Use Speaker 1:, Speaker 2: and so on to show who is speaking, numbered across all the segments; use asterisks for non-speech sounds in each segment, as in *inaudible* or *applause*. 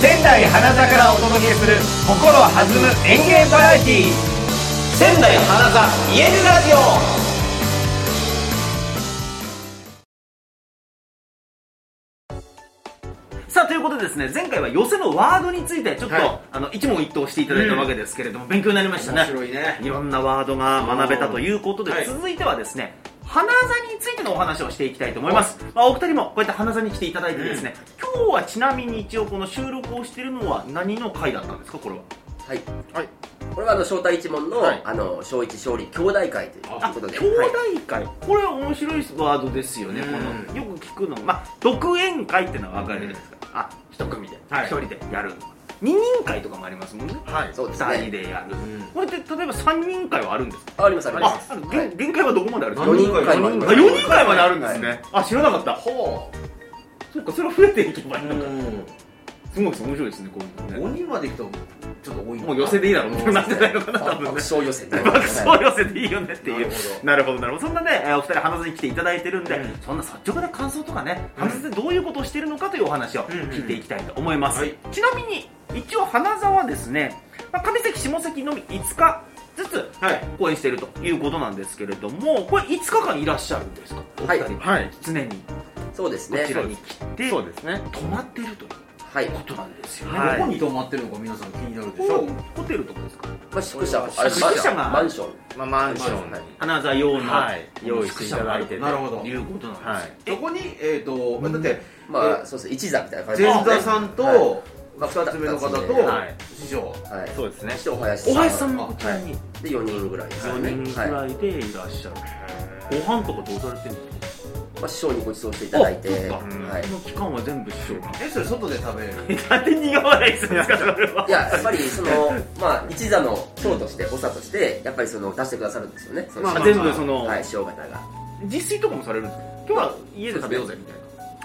Speaker 1: 仙台花座からお届けする心弾む演芸バラエティー仙台花座イエルラジオ
Speaker 2: さあということでですね前回は寄せのワードについてちょっと、
Speaker 1: はい
Speaker 2: あの一問一答していただいたわけですけれども、勉強になりましたね
Speaker 1: 面白いね
Speaker 2: いろんなワードが学べたということで、
Speaker 1: はい
Speaker 2: 続いてはですね花座についてのお話をしていきたいと思います、まあ、お二人もこうやって花座に来ていただいてですね、今日はちなみに一応この収録をしているのは何の回だったんですかこれは
Speaker 3: はい、
Speaker 2: はい
Speaker 3: これはあの招待一門の、
Speaker 2: はい
Speaker 3: あの小一勝利兄弟会という
Speaker 2: あ
Speaker 3: ことで、
Speaker 2: 兄弟
Speaker 3: はい
Speaker 2: 会、これは面白いワードですよね、こ
Speaker 1: う
Speaker 2: のよく聞くのまあ独演会ってのは分かるじゃないですか、あ一組で一、
Speaker 1: はい
Speaker 2: 人でやる二人会とかもありますもんね
Speaker 1: はい
Speaker 3: そうです
Speaker 2: 2人
Speaker 3: ね。
Speaker 2: でやる、
Speaker 1: ん
Speaker 2: これって例えば3人会はあるんですか
Speaker 3: ありますありま
Speaker 2: あ
Speaker 3: す。
Speaker 2: ある
Speaker 3: はい
Speaker 2: 限限界はどこまであるんです
Speaker 3: 四人
Speaker 1: 四
Speaker 3: 会
Speaker 2: か
Speaker 1: 人
Speaker 2: あ
Speaker 1: 会
Speaker 2: 4人会まであるんですね、
Speaker 3: はい
Speaker 2: あ知らなかった
Speaker 1: ほう
Speaker 2: そっかそれは増えていけばいいのか、
Speaker 1: ん
Speaker 2: すごいです面白いですねこういうのね
Speaker 1: 5人まで行くとちょっと多い
Speaker 2: もう寄せでい
Speaker 1: *laughs*
Speaker 2: いだろうみたいになってないのかな多
Speaker 3: 爆
Speaker 2: 分ね
Speaker 3: 笑予選ね。
Speaker 2: *laughs* 爆
Speaker 3: はい
Speaker 2: 笑寄せでいいよねっていうなるほどなるほどそんなねえーお二人話に来ていただいてるんで、
Speaker 1: うん
Speaker 2: そんな率直な感想とかね話でどういうことをしてるのかというお話を
Speaker 1: うんうん
Speaker 2: 聞いていきたいと思います、
Speaker 1: はい
Speaker 2: ちなみに一応花座はですね、まあ、上関下関のみ5日ずつ
Speaker 1: はい
Speaker 2: 公演しているということなんですけれどもこれ5日間いらっしゃるんですかお二人は、
Speaker 1: はい
Speaker 2: 常にこ
Speaker 3: そうです
Speaker 2: ち
Speaker 3: ね。
Speaker 2: らに来て
Speaker 1: そうですね
Speaker 2: 泊まっているという
Speaker 3: はい。
Speaker 2: ことなんですよね、
Speaker 1: どこ
Speaker 2: こ
Speaker 1: に泊まってるのか皆さん気になるで
Speaker 2: こ
Speaker 1: しょ
Speaker 2: ホテルとかですか
Speaker 3: まあ宿舎、
Speaker 1: これは
Speaker 3: あれ
Speaker 2: 宿舎が
Speaker 3: マンション。
Speaker 4: まあ、マンション、
Speaker 3: はい
Speaker 2: 花座用の、
Speaker 4: はい用意
Speaker 2: 宿
Speaker 4: してい
Speaker 2: 舎
Speaker 4: た
Speaker 2: があ
Speaker 4: だ
Speaker 2: る
Speaker 4: い
Speaker 2: と
Speaker 4: てて
Speaker 1: なるほど
Speaker 2: いうことなんですよ、
Speaker 4: はい
Speaker 1: そこにえっ、とだって
Speaker 3: まあそうですね。一座みたいな感じ
Speaker 1: 前
Speaker 3: ですね。
Speaker 1: 座さん
Speaker 3: はい
Speaker 1: と
Speaker 3: まあ
Speaker 1: 2つ目の方と
Speaker 4: はい
Speaker 1: 師匠
Speaker 3: はい。
Speaker 4: そうですね
Speaker 3: そしてお林さん。
Speaker 2: お林さんもこちらに
Speaker 3: で四人ぐらいですよね。
Speaker 2: 4人く
Speaker 3: は
Speaker 2: ら
Speaker 3: い。
Speaker 2: いでいらっしゃる、ご飯とかどうされてるんですか
Speaker 3: まあ師匠にご馳走していただいて、
Speaker 2: あそっか
Speaker 3: はい
Speaker 2: こ。の期間は全部師匠が
Speaker 1: えそれ外で食べる
Speaker 2: なんで苦笑いするんですかそれはい
Speaker 3: や、やっぱりその、まあ、一座の長として、長として、やっぱりその出してくださるんですよね、その
Speaker 2: あ全部その、
Speaker 3: はい、師匠方が。
Speaker 2: 自炊とかもされるんですか今日は家で食べようぜみたいな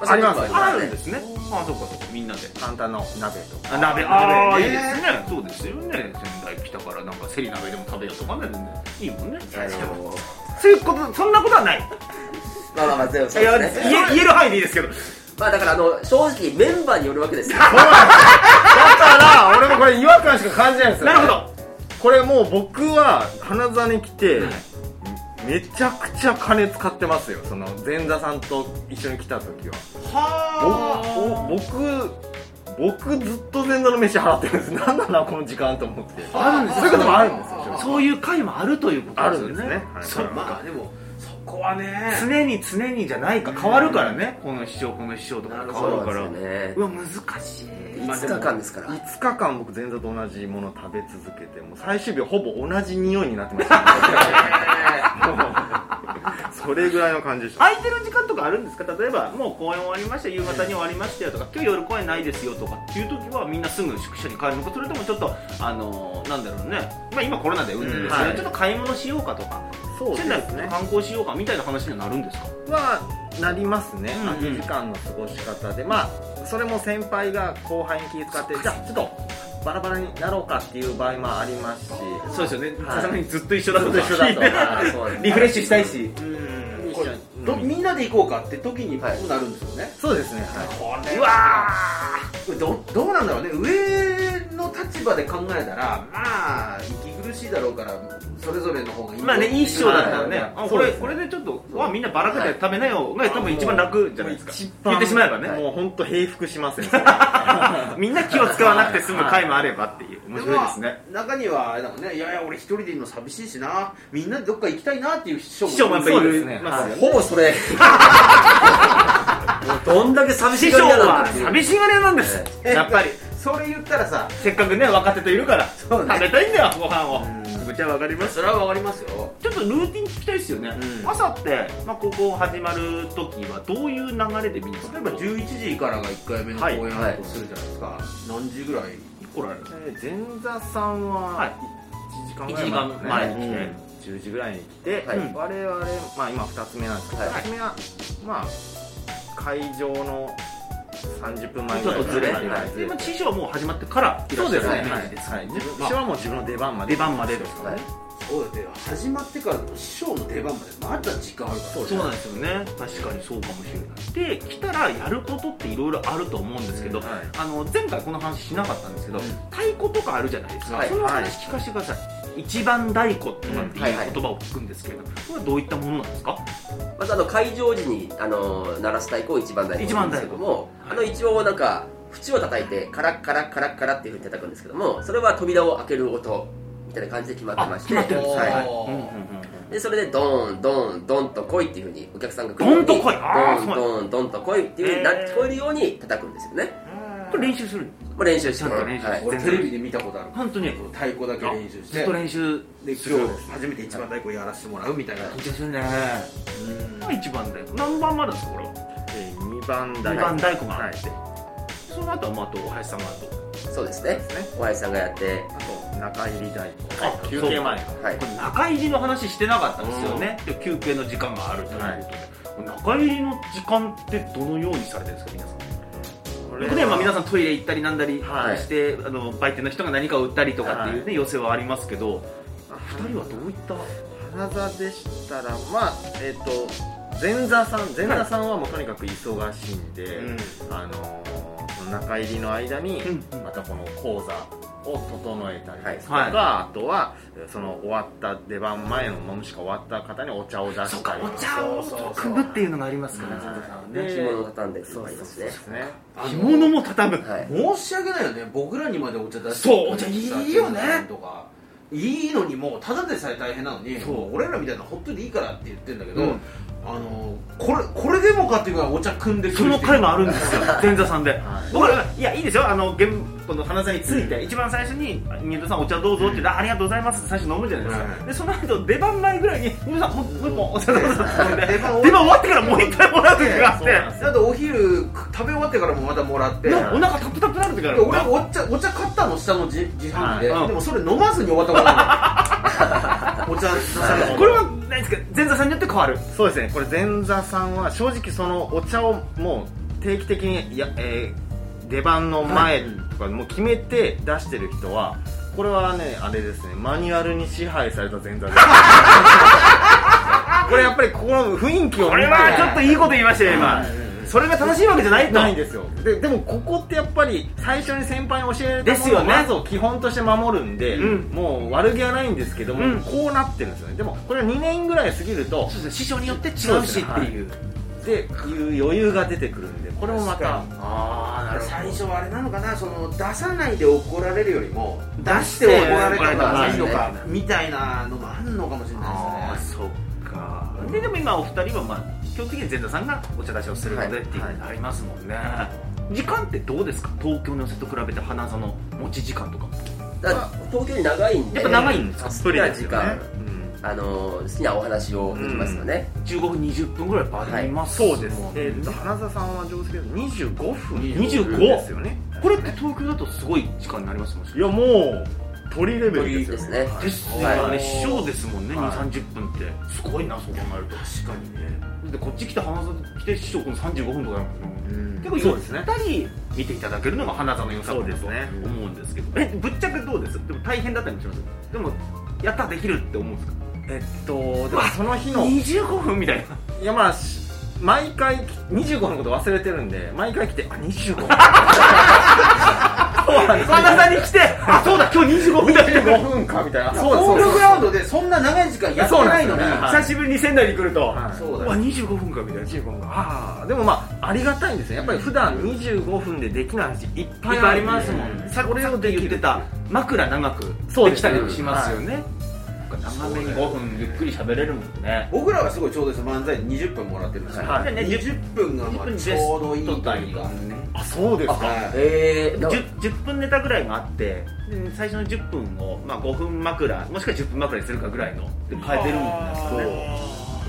Speaker 4: あります
Speaker 2: あるんですねああそうかそうかみんなで
Speaker 4: 簡単な鍋とか
Speaker 2: あ鍋あ
Speaker 1: あ
Speaker 2: あ、
Speaker 1: 鍋
Speaker 2: いい
Speaker 1: ね
Speaker 2: ですねそうですよね仙台来たからなんかセリ鍋でも食べようとかねいいもんね
Speaker 3: あの
Speaker 2: *laughs* そういうことそんなことはない
Speaker 3: まあまあまあ、全部そ
Speaker 2: いうや
Speaker 3: です
Speaker 2: 言
Speaker 3: ね。
Speaker 2: え言える範囲でいいですけど
Speaker 3: まあだから、あの、正直メンバーによるわけですよ。
Speaker 4: だから俺もこれ違和感しか感じないんですよ、
Speaker 2: なるほど
Speaker 4: これもう僕は花座に来て、めちゃくちゃ金使ってますよその前座さんと一緒に来た時は
Speaker 2: は
Speaker 4: ぼお僕僕ずっと前座の飯払ってるんですなんだなこの時間と思って
Speaker 2: あるんです
Speaker 4: そういうこともあるんですよ
Speaker 2: あそういう回もあるということで
Speaker 4: ある
Speaker 2: すよ
Speaker 4: んですね
Speaker 2: ね
Speaker 4: はい
Speaker 2: そうか
Speaker 1: まあでもそこはね
Speaker 2: 常に常にじゃないか変わるからねこの師匠この師匠とか変
Speaker 3: そう
Speaker 2: わる
Speaker 3: な
Speaker 2: から
Speaker 3: んです
Speaker 2: う
Speaker 3: よね。
Speaker 2: わ難しい
Speaker 1: まあで
Speaker 3: 5
Speaker 1: も
Speaker 3: 日間ですから。
Speaker 4: 5日間僕前座と同じものを食べ続けてもう最終日ほぼ同じ匂いになってました、もう *laughs* それぐらいの感じでした
Speaker 2: 空いてる時間とかあるんですか例えばもう公演終わりました夕方に終わりましたよとか今日夜公演ないですよとかっていう時はみんなすぐ宿舎に帰るのかそれともちょっとあのーなんだろうね、まあ、今コロナで運転ですけど、
Speaker 4: うんはい
Speaker 2: ちょっと買い物しようかとか
Speaker 4: そうです
Speaker 2: 仙台
Speaker 4: ね
Speaker 2: 観光しようかみたいな話にはなるんですか
Speaker 4: はなりますね、
Speaker 2: うんうん
Speaker 4: 空き時間の過ごし方でまあそれも先輩が後輩に気遣ってじゃあちょっとバラバラになろうかっていう場合もありますし
Speaker 2: そうですよね
Speaker 4: はい
Speaker 2: さすがにずっと一緒だと
Speaker 4: ずっと一緒 *laughs* だと
Speaker 3: あーそうなんです
Speaker 2: リフレッシュしたいし
Speaker 1: うん
Speaker 4: これ
Speaker 1: どみんなで行こうかって時にこ
Speaker 3: はいう
Speaker 1: なるんですよね、
Speaker 4: そうですねは
Speaker 1: こ
Speaker 2: う
Speaker 1: う
Speaker 2: わ
Speaker 1: わ
Speaker 2: ー
Speaker 1: ーどどうなんだろうね上の立場で考えたらまあ息苦しいだろうからそれぞれの方がいい
Speaker 2: まあね、いい師匠だったらね、
Speaker 1: はい
Speaker 2: あこ
Speaker 4: そう
Speaker 2: れ、
Speaker 4: ですね
Speaker 2: これでちょっと、わ、みんなばらけて食べなよが多分一番楽じゃないですか。
Speaker 4: 一番
Speaker 2: 言ってしまえばね、
Speaker 4: いもう本当平服しますね
Speaker 2: みんな気を使わなくて済む回もあればっていう。面白いですね。
Speaker 1: も中にはあれだもんねいやいや俺一人でいるの寂しいしなみんなでどっか行きたいなっていう師匠
Speaker 2: 師匠もやっぱい
Speaker 4: そうです
Speaker 2: る
Speaker 4: ね
Speaker 2: ますよね。
Speaker 3: ほぼそれ。もうどんだけ寂
Speaker 2: 師
Speaker 3: しが
Speaker 2: 匠
Speaker 3: り屋なん
Speaker 2: は
Speaker 3: だっていう
Speaker 2: 寂しがり屋なんです。
Speaker 1: え
Speaker 2: やっぱり、
Speaker 1: それ言ったらさ
Speaker 2: せっかくね、若手といるから、食
Speaker 1: そうね
Speaker 2: べたいんだよ、ご飯を
Speaker 1: うん。
Speaker 2: 気持ちはわかります。
Speaker 1: それはわかりますよ
Speaker 2: ちょっとルーティン聞きたいですよね。
Speaker 1: うん
Speaker 2: 朝って、まあ、ここ始まる時は、どういう流れで見るんですか
Speaker 1: 例えば11時からが1回目の公演
Speaker 3: はい
Speaker 1: だとするじゃないですか、何時ぐらい
Speaker 2: 来られる
Speaker 4: えー前座さん
Speaker 2: はい
Speaker 4: は1時間ぐらい
Speaker 2: 1時間前に来て
Speaker 4: て10時ぐらいに来て、
Speaker 3: はい
Speaker 4: 我々、まあ、今2つ目なんですけど、
Speaker 3: はい
Speaker 4: 2つ目はまあ会場の30分前
Speaker 2: ち
Speaker 4: ぐ
Speaker 2: ょ
Speaker 4: ら
Speaker 2: っ
Speaker 4: い
Speaker 2: とずれ
Speaker 4: は
Speaker 2: ないい
Speaker 4: はい
Speaker 2: で、まあ、師匠はもう始まってからいら
Speaker 4: そ
Speaker 2: っ
Speaker 4: う
Speaker 2: しゃ
Speaker 4: で
Speaker 2: る
Speaker 4: す
Speaker 2: イ
Speaker 4: ね
Speaker 2: メージです
Speaker 4: はい
Speaker 2: ね
Speaker 4: 自
Speaker 2: まあ
Speaker 4: 分はもう自分の出番まで
Speaker 2: 出番までですか
Speaker 3: は
Speaker 2: ら
Speaker 3: い
Speaker 2: ね
Speaker 5: そうだって始まってから師匠の出番までまだ時間あるから
Speaker 2: そうなんですよね確かにそうかもしれないで来たらやることっていろいろあると思うんですけど、
Speaker 4: うんはい
Speaker 2: あの前回この話しなかったんですけど、太鼓とかあるじゃないですか、
Speaker 3: はい
Speaker 2: その話聞かせてください、一番太鼓とかっていう
Speaker 3: はいはい
Speaker 2: 言葉を聞くんですけれど、これはどういったものなんですか、
Speaker 3: まずあの会場時にあの鳴らす太鼓を一番太鼓
Speaker 2: 一番
Speaker 3: で
Speaker 2: 太
Speaker 3: す
Speaker 2: 鼓
Speaker 3: けどもあの一応なんか縁を叩いてカラッカラッカラッカラっていうふうに叩くんですけどもそれは扉を開ける音みたいな感じで決まってまして
Speaker 2: あ決まってるんですね
Speaker 3: はい
Speaker 5: おー
Speaker 3: でそれでドーンドーンドンと来いっていうふうにお客さんが来るように
Speaker 2: ドンと来いあー
Speaker 3: ドンドンドンと来いっていうふうにな
Speaker 2: へー
Speaker 3: 聞こえるように叩くんですよね
Speaker 2: これ練習する
Speaker 3: もう練習し
Speaker 2: ち
Speaker 3: て
Speaker 2: ゃんと練習
Speaker 3: は
Speaker 2: す
Speaker 3: い
Speaker 2: る
Speaker 5: 俺テレビで見たことある
Speaker 2: 本当に
Speaker 5: 太鼓だけ練習して
Speaker 2: ずっと練習
Speaker 5: で今日初めて一番太鼓やらせてもらうみたいな
Speaker 2: 緊張するね一番太鼓何番までですかこれは
Speaker 4: えー二番台
Speaker 2: 二番太鼓があ
Speaker 4: はい
Speaker 2: って、その後はまああとお林さんがあと
Speaker 3: そうですねおやじさんがやって
Speaker 4: あと中入り太鼓
Speaker 2: あ
Speaker 4: 休憩前
Speaker 3: はい
Speaker 2: これ中入りの話してなかったんですよね、で休憩の時間があるということで、中入りの時間ってどのようにされてるんですか皆さん
Speaker 4: こ
Speaker 2: 僕ね、まあ、皆さんトイレ行ったりなんだり
Speaker 4: はい
Speaker 2: して、あの売店の人が何かを売ったりとかっていうね、
Speaker 4: は
Speaker 2: 寄せはありますけど
Speaker 4: あ
Speaker 2: 2人はどういった
Speaker 4: 花座でしたらまあえっ、と前座さん前座さんはもうとにかく忙しいんで、
Speaker 2: うん
Speaker 4: あのーその中入りの間に
Speaker 2: うん
Speaker 4: またこの講座を整えたりですとか、
Speaker 2: はい
Speaker 4: あとはえーその終わった出番前の飲むしか終わった方にお茶を出
Speaker 2: そう
Speaker 4: した
Speaker 2: か
Speaker 4: り
Speaker 2: お茶を
Speaker 5: そうそう
Speaker 2: く
Speaker 5: そう
Speaker 2: ぶっていうのがありますからね
Speaker 4: は
Speaker 2: 佐
Speaker 4: い
Speaker 2: 藤さんはね
Speaker 4: で
Speaker 3: 着物を畳んでっていうの
Speaker 4: そう
Speaker 3: があり
Speaker 4: そう
Speaker 3: ます
Speaker 4: そう
Speaker 3: ね
Speaker 4: ですね
Speaker 5: あの
Speaker 2: 着物も畳む、
Speaker 3: はい
Speaker 5: 申し訳ないよね僕らにまでお茶出して
Speaker 2: そうお茶いいよね
Speaker 5: とかいいのにもうただでさえ大変なのにもう俺らみたいなのほっといていいからって言ってんだけど、
Speaker 2: うん
Speaker 5: あのこれこれでもかっていうぐらいお茶組んでくる
Speaker 2: その
Speaker 5: 人い
Speaker 2: 回
Speaker 5: る
Speaker 2: もあるんですよ前座さんで、
Speaker 4: はい
Speaker 2: 僕らがいやいいですよあの現この花座について、一番最初に「宮田さんお茶どうぞ」って言って、あありがとうございます」って最初飲むじゃないですか、
Speaker 5: う
Speaker 2: でその後出番前ぐらいに「皆さんもうもう一本お茶どうぞ」って飲んで
Speaker 5: 出
Speaker 2: 出
Speaker 5: 番
Speaker 2: 番
Speaker 5: 終わ
Speaker 2: 終わってからもう一回もらう時があって、
Speaker 4: そうなんです
Speaker 5: だってお昼食べ終わってからもまたもらって
Speaker 2: なお腹タプタプなる時があ
Speaker 5: で
Speaker 2: る
Speaker 5: 俺お茶お茶買ったの下の自自販機で、
Speaker 2: はいうん
Speaker 5: でもそれ飲まずに終わったことある *laughs* お茶出されて
Speaker 2: これはないですか前座さんによって変わる
Speaker 4: そうですねこれ前座さんは正直そのお茶をもう定期的にや、えー出番の前とかもう決めて出してる人はこれはねあれですねマニュアルに支配された前
Speaker 2: *laughs*
Speaker 4: 座ですこれやっぱりここの雰囲気を見て
Speaker 2: これはちょっといいこと言いましたよ今それが正しいわけじゃないと
Speaker 4: ないんですよででもここってやっぱり最初に先輩に教えられた
Speaker 2: ですよね
Speaker 4: ものをまずを基本として守るんで、
Speaker 2: うん
Speaker 4: もう悪気はないんですけども、
Speaker 2: うん
Speaker 4: こうなってるんですよねでもこれは2年ぐらい過ぎる
Speaker 2: そ
Speaker 4: と
Speaker 2: うですね師匠によって違う
Speaker 4: そうで
Speaker 2: し
Speaker 4: す
Speaker 2: っ
Speaker 4: ね
Speaker 2: て
Speaker 4: はい
Speaker 2: いう
Speaker 4: でいう余裕が出てくるんでこれもまた
Speaker 2: ああ
Speaker 5: 最初はあれなのかなその出さないで怒られるよりも出し
Speaker 2: 出
Speaker 5: て
Speaker 2: して
Speaker 5: 怒られた方がいいの
Speaker 3: 怒ら
Speaker 5: か
Speaker 3: れた方が
Speaker 5: みたいなのもあんのかもしれない
Speaker 2: ああ
Speaker 5: ですね
Speaker 2: そっかででも今お二人はまあ基本的に前田さんがお茶出しをするのでっていうのがありますもんね、時間ってどうですか東京の寄せと比べて花座の持ち時間とか
Speaker 3: だから東京に長いんで
Speaker 2: やっぱ長いんです
Speaker 3: た
Speaker 2: か
Speaker 3: っぷりな時間、
Speaker 4: うん
Speaker 3: あの好きなお話をできますよね、
Speaker 2: 15分20分ぐらいバります
Speaker 4: そうです
Speaker 2: もんね
Speaker 4: えーと花澤さんは上手けど25分
Speaker 2: 25分
Speaker 4: ですよね
Speaker 2: これって東京だとすごい時間になりますもん
Speaker 4: いやもう鳥レベル
Speaker 3: いい
Speaker 4: ですよ
Speaker 3: ですね
Speaker 2: ですよ
Speaker 3: は
Speaker 2: ね
Speaker 3: い
Speaker 2: 師匠ですもんね
Speaker 4: はい
Speaker 2: 2三3 0分ってすごいなそう考えると
Speaker 5: 確かにね
Speaker 2: だってこっち来て花座来て師匠この35分とかだもんね
Speaker 4: うん
Speaker 2: 結構
Speaker 4: そ
Speaker 2: ゆ
Speaker 4: うです
Speaker 2: っ
Speaker 4: ね
Speaker 2: たり見ていただけるのが花座の良さだと
Speaker 4: そうですね
Speaker 2: 思うんですけどえぶっちゃけどうですでも大変だったりもしますでもやったらできるって思うんですか
Speaker 4: えっとでもその日の
Speaker 2: 25分みたいな
Speaker 4: いやまあし毎回25のこと忘れてるんで毎回来てあ25分そうなんですよ
Speaker 2: 花座に来てあそうだ今日25分だって
Speaker 4: 25分かみたいな *laughs* そう
Speaker 5: ホー
Speaker 4: そう
Speaker 5: ムグラウンドでそんな長い時間やってないのに
Speaker 4: そうなんですよね
Speaker 2: 久しぶりに仙台に来ると、
Speaker 4: はい
Speaker 5: そう
Speaker 2: う
Speaker 5: だ
Speaker 2: わ
Speaker 5: よ
Speaker 2: 25分かみたいな
Speaker 4: 25分ああでもまあありがたいんですよやっぱり普段25分でできない話いっぱい
Speaker 2: ありますもんねさっき言ってた枕長く
Speaker 4: そう
Speaker 2: で
Speaker 4: で
Speaker 2: き
Speaker 4: す
Speaker 2: たりもしますよね長めに5分ゆっくり喋れるもんね
Speaker 5: 僕らはすごいちょうどです漫才に20分もらってるんですよ、
Speaker 4: はい
Speaker 5: 20分がまあちょうどいいというか、
Speaker 4: あそうですか
Speaker 5: はい
Speaker 3: えーだから
Speaker 2: 10, 10分ネタぐらいがあってで最初の10分を、まあ、5分枕もしくは10分枕にするかぐらいので変えてるんですよね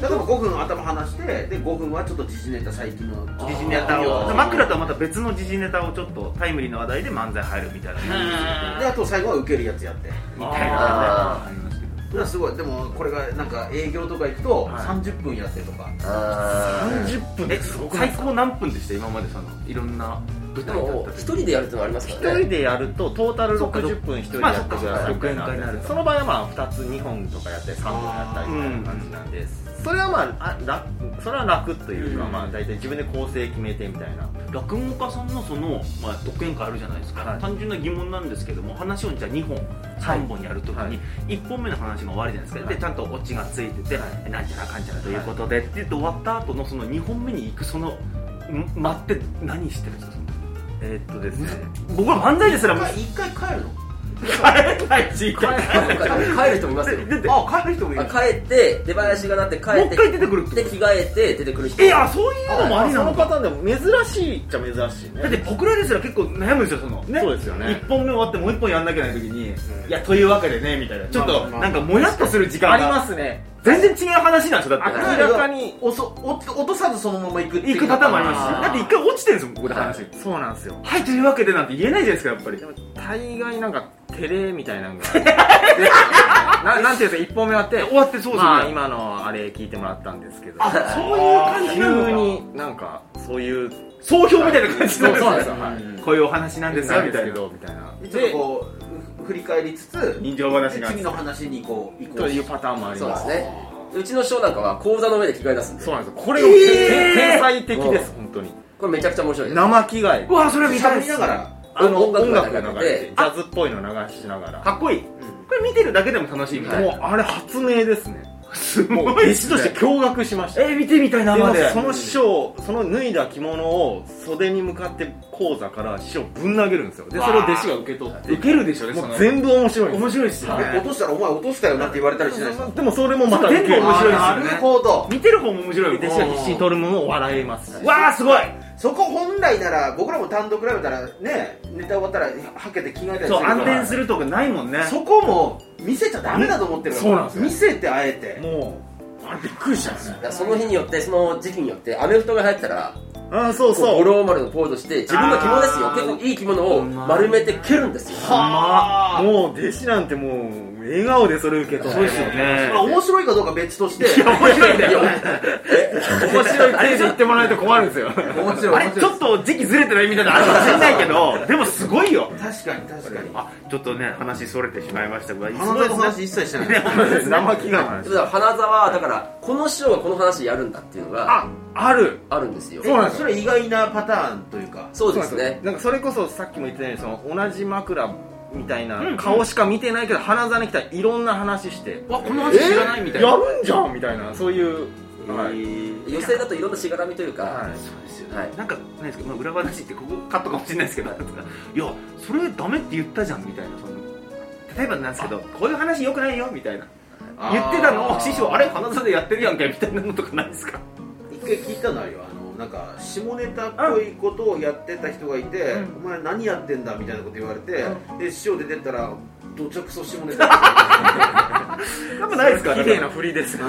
Speaker 5: だから5分頭離してで5分はちょっと時事ネタ最近の
Speaker 2: 時事ネタを枕とはまた別の時事ネタをちょっとタイムリーな話題で漫才入るみたいな
Speaker 5: であと最後は受けるやつやって
Speaker 2: みたいな
Speaker 3: あ
Speaker 2: ありますけど
Speaker 5: いやすごいでもこれがなんか営業とか行くと
Speaker 4: はい
Speaker 5: 30分やってとか、
Speaker 3: あー
Speaker 4: 30分っ
Speaker 2: え
Speaker 4: てすごくな
Speaker 2: 最
Speaker 4: いですか
Speaker 2: 高何分でした今までそのいろんな舞
Speaker 3: で
Speaker 2: 台だっ
Speaker 3: も
Speaker 2: たり
Speaker 3: 一人でやるってのありますか
Speaker 4: 一
Speaker 3: ら
Speaker 4: 人
Speaker 3: ね
Speaker 4: でやるとトータル
Speaker 2: そっか
Speaker 4: 60分一人でやってくださいみたい
Speaker 2: まあそっかそっか60
Speaker 4: な
Speaker 2: になる
Speaker 4: その場合はまあ2つ2本とかやったり3本やったりみたいな感じなんでそれはまああ楽それは楽というか
Speaker 2: うん
Speaker 4: まあ大体自分で構成決めてみたいな
Speaker 2: 落語家さんのその、まあ、独演会あるじゃないですか、
Speaker 4: はい
Speaker 2: 単純な疑問なんですけども話をじゃあ2本3本やるとき
Speaker 4: は
Speaker 2: に
Speaker 4: い
Speaker 2: 1本目の話が終わるじゃないですか、
Speaker 4: はい
Speaker 2: でちゃんとオチがついてて、
Speaker 4: は
Speaker 2: なんちゃらかんちゃらということで、って言って終わった後のその2本目に行くそのん間って何してるんですかその
Speaker 4: えーっとですね
Speaker 2: 僕は漫才ですら
Speaker 5: 一
Speaker 2: もう
Speaker 5: 回一回帰るの
Speaker 2: 帰れないし帰れない
Speaker 3: 帰る人もいますよ
Speaker 2: 出て
Speaker 5: あ帰る人もいる
Speaker 3: あ帰って出囃子がなって帰って
Speaker 2: もう一回出てくるって
Speaker 3: で着替えて出てくる人
Speaker 2: えあそういうのもありな
Speaker 4: そ
Speaker 2: の
Speaker 4: の
Speaker 2: か
Speaker 4: パターンでも珍しいっちゃ珍しいね
Speaker 2: だって僕らですら結構悩むんですよそのね
Speaker 4: そうですよね
Speaker 2: 1本目終わってもう1本やんなきゃいけない時に、いやというわけでねみたいなちょっ
Speaker 5: まあ
Speaker 2: と
Speaker 5: まあまあ
Speaker 2: なんかもやっとする時間が
Speaker 4: ありますね
Speaker 2: 全然違う話なんですよだって
Speaker 4: 明
Speaker 3: あ
Speaker 4: らかに
Speaker 5: おそお落とさずそのまま行くっていう
Speaker 2: 行く方もありますし
Speaker 5: あー
Speaker 2: だって一回落ちてるんですもんここで話、
Speaker 4: そうなんですよ
Speaker 2: はいというわけでなんて言えないじゃないですかやっぱり
Speaker 4: でも大概なんか照れみたいなのが
Speaker 2: *laughs*
Speaker 4: ななんていうんですか1本目終わって
Speaker 2: 終わってそうですよね、
Speaker 4: まあ今のあれ聞いてもらったんですけど
Speaker 2: そういう感じなの
Speaker 4: 急
Speaker 2: か
Speaker 4: になんかそういう
Speaker 2: 総評みたいな感じになるんですよ
Speaker 4: そうそうなん
Speaker 5: ですよはい
Speaker 2: こういうお話なんですよみたいな
Speaker 4: どみたいな
Speaker 5: ちょっとこうふ振り返りつつ
Speaker 2: 人情話が
Speaker 5: で次の話にこう行こう
Speaker 4: というパターンもあり
Speaker 3: そう
Speaker 4: ま
Speaker 3: ですすねうちの師匠なんかは講座の上で着替え出すんで
Speaker 4: そうなんですよこれが、
Speaker 2: えー
Speaker 4: 天才的です本当に
Speaker 3: これめちゃくちゃ面白いです
Speaker 4: 生着替え
Speaker 2: うわそれは見たい
Speaker 5: 喋
Speaker 2: です
Speaker 5: りながら
Speaker 4: あの
Speaker 3: 音
Speaker 4: 音
Speaker 3: 楽
Speaker 4: 楽
Speaker 3: が
Speaker 4: が
Speaker 3: 流
Speaker 4: 流
Speaker 3: れて
Speaker 4: れてジャズっぽいの流しながら
Speaker 2: かっこいい、これ見てるだけでも楽しいみたいな、
Speaker 4: もうあれ発明ですね
Speaker 2: す
Speaker 4: もう
Speaker 2: ごい
Speaker 4: 弟
Speaker 2: っ
Speaker 4: 子
Speaker 2: す
Speaker 4: と
Speaker 2: ね
Speaker 4: して驚愕しました
Speaker 2: えー見てみたい生
Speaker 4: で
Speaker 2: で
Speaker 4: その師匠その脱いだ着物を袖に向かって講座から師匠ぶん投げるんですよでそれを弟子が受け取っ
Speaker 2: 受けるでしょうね
Speaker 4: て
Speaker 2: そ
Speaker 4: も
Speaker 2: の
Speaker 4: う全部面白いんですよ
Speaker 2: 面白いっすよね、
Speaker 5: 落としたらお前落としたよなって言われたりしないですか
Speaker 4: でもそれもまた受け
Speaker 2: 全
Speaker 4: る
Speaker 2: 部面白いですよね
Speaker 5: あーなるほど
Speaker 2: 見てる方も面白い
Speaker 4: 弟子が必死に取るものを笑えますし
Speaker 2: わあすごい
Speaker 5: そこ本来なら僕らも単独ライブだったらねネタ終わったらはけて着替えたりする
Speaker 2: そう
Speaker 5: から
Speaker 2: 暗転するとかないもんね
Speaker 5: そこも見せちゃダメだと思ってるから
Speaker 4: そうなんですよ
Speaker 5: 見せてあえて
Speaker 4: もうあれびっくりしたんですよ
Speaker 3: だからその日によってその時期によってアメフトが流行ってたら
Speaker 4: ああそ
Speaker 3: こう
Speaker 4: うそ
Speaker 3: 五
Speaker 4: う
Speaker 3: 郎丸のポーズして自分の着物ですよ
Speaker 2: あー
Speaker 3: 結構いい着物を丸めて蹴るんですよ
Speaker 2: はあ
Speaker 4: もう弟子なんてもう笑顔でそれ受け取って
Speaker 2: そうですよね
Speaker 5: まあ面白いかどうか別として
Speaker 2: 面白いんだよ
Speaker 4: 面白いって言ってもらえると困るんですよ
Speaker 5: 面白
Speaker 2: あ
Speaker 5: い
Speaker 2: れ
Speaker 5: 面
Speaker 2: ちょ
Speaker 5: 白い
Speaker 2: っと時期ずれてないみたいなのあるかもしれないけどでもすごいよ
Speaker 5: 確かに確かに
Speaker 2: あちょっとね話それてしまいましたが
Speaker 5: あの話一切してない
Speaker 4: 生着替えの
Speaker 3: だか
Speaker 4: 話
Speaker 3: ら花沢だからこの師匠がこの話やるんだっていうのが
Speaker 4: あある
Speaker 3: あるんですよ
Speaker 4: そうなんです
Speaker 5: そ
Speaker 4: よ
Speaker 5: れ意外なパターンというか
Speaker 3: そうですね
Speaker 4: なんかそれこそさっきも言ってたようにその同じ枕みたいな顔しか見てないけど花座に来たらいろんな話して
Speaker 2: わこの話知らないみたいな、
Speaker 4: えーやるんじゃんみたいなそういうはい
Speaker 3: 女性だといろんなしがらみというか、
Speaker 4: はい
Speaker 2: そうですよね、
Speaker 3: はい
Speaker 2: なんかないですか、まあ、裏話ってここカットかもしれないですけど、なんかいやそれダメって言ったじゃんみたいなその例えばなんですけどこういう話よくないよみたいな言ってたのを師匠あれ花座でやってるやんけみたいなのとかないですか
Speaker 5: 一回聞いたのあるよあのなんか下ネタっぽいことをやってた人がいて「お前何やってんだ」みたいなこと言われてで師匠出てったら「どちゃくそ下ネタ」
Speaker 4: *laughs*
Speaker 2: なんかないですか
Speaker 4: 綺麗な振りですよ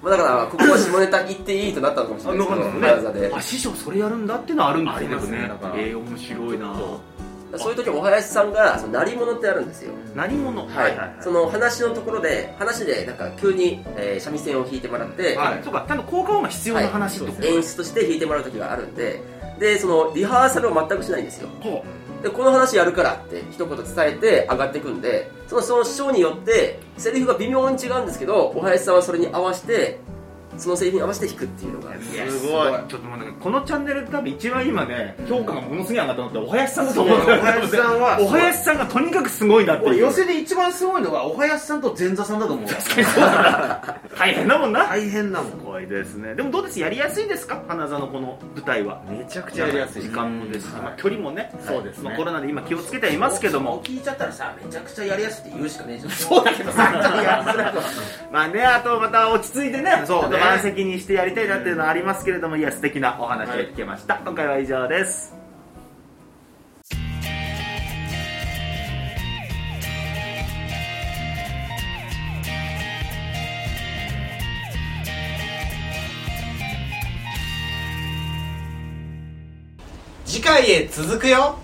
Speaker 3: まあ、だからここは下ネタ行っていいとなったのかもし
Speaker 2: あ
Speaker 3: れないですけど
Speaker 2: な
Speaker 3: 花
Speaker 2: んか
Speaker 3: 座
Speaker 2: ね
Speaker 3: で
Speaker 2: あ師匠それやるんだっていうのはあるんです
Speaker 4: ありますねだから
Speaker 2: えー、面白いな
Speaker 3: そういう時はお囃子さんがその鳴り物ってやるんですよ
Speaker 2: 何者
Speaker 3: はい、その話のところで話でなんか急に、えー三味線を弾いてもらって、
Speaker 2: はいそうか多分効果音が必要な話ってこと
Speaker 3: 演出として弾いてもらう時があるんででそのリハーサルを全くしないんですよ
Speaker 2: ほ
Speaker 3: でこの話やるからって一言伝えて上がっていくんでそのその師匠によってセリフが微妙に違うんですけどお囃子さんはそれに合わせてそのセリフに合わせて弾くっていうのが
Speaker 2: う
Speaker 4: や *laughs* すごい
Speaker 2: ちょっと待ってこのチャンネル多分一番今ね評価がものすごい上がったのってお囃子さんだと
Speaker 5: お
Speaker 2: 思うんだよ
Speaker 5: はやしさんは
Speaker 2: お囃子さんがとにかくすごいなって
Speaker 5: 俺
Speaker 2: いう
Speaker 5: 寄せで一番すごいのがおはやしさんと前座さんだと思う
Speaker 2: 大変だもんな
Speaker 5: 大変なもん
Speaker 2: 怖いですねでもどうですやりやすいですか花座のこの舞台は
Speaker 4: めちゃくちゃやりやすい
Speaker 2: 時間もですし、
Speaker 4: はい
Speaker 2: まあ、距離もね
Speaker 4: そうですね
Speaker 2: まあコロナで今気をつけてはいますけども
Speaker 5: 聞いちゃったらさめちゃくちゃやりやすいって言うしかねえじゃん
Speaker 2: そうだけどさ *laughs* まあねあとまた落ち着いてね
Speaker 5: そうね
Speaker 2: ちょっと満席にしてやりたいなっていうのはありますけれどもいや素敵なお話を聞けました、今回は以上です
Speaker 1: 次回へ続くよ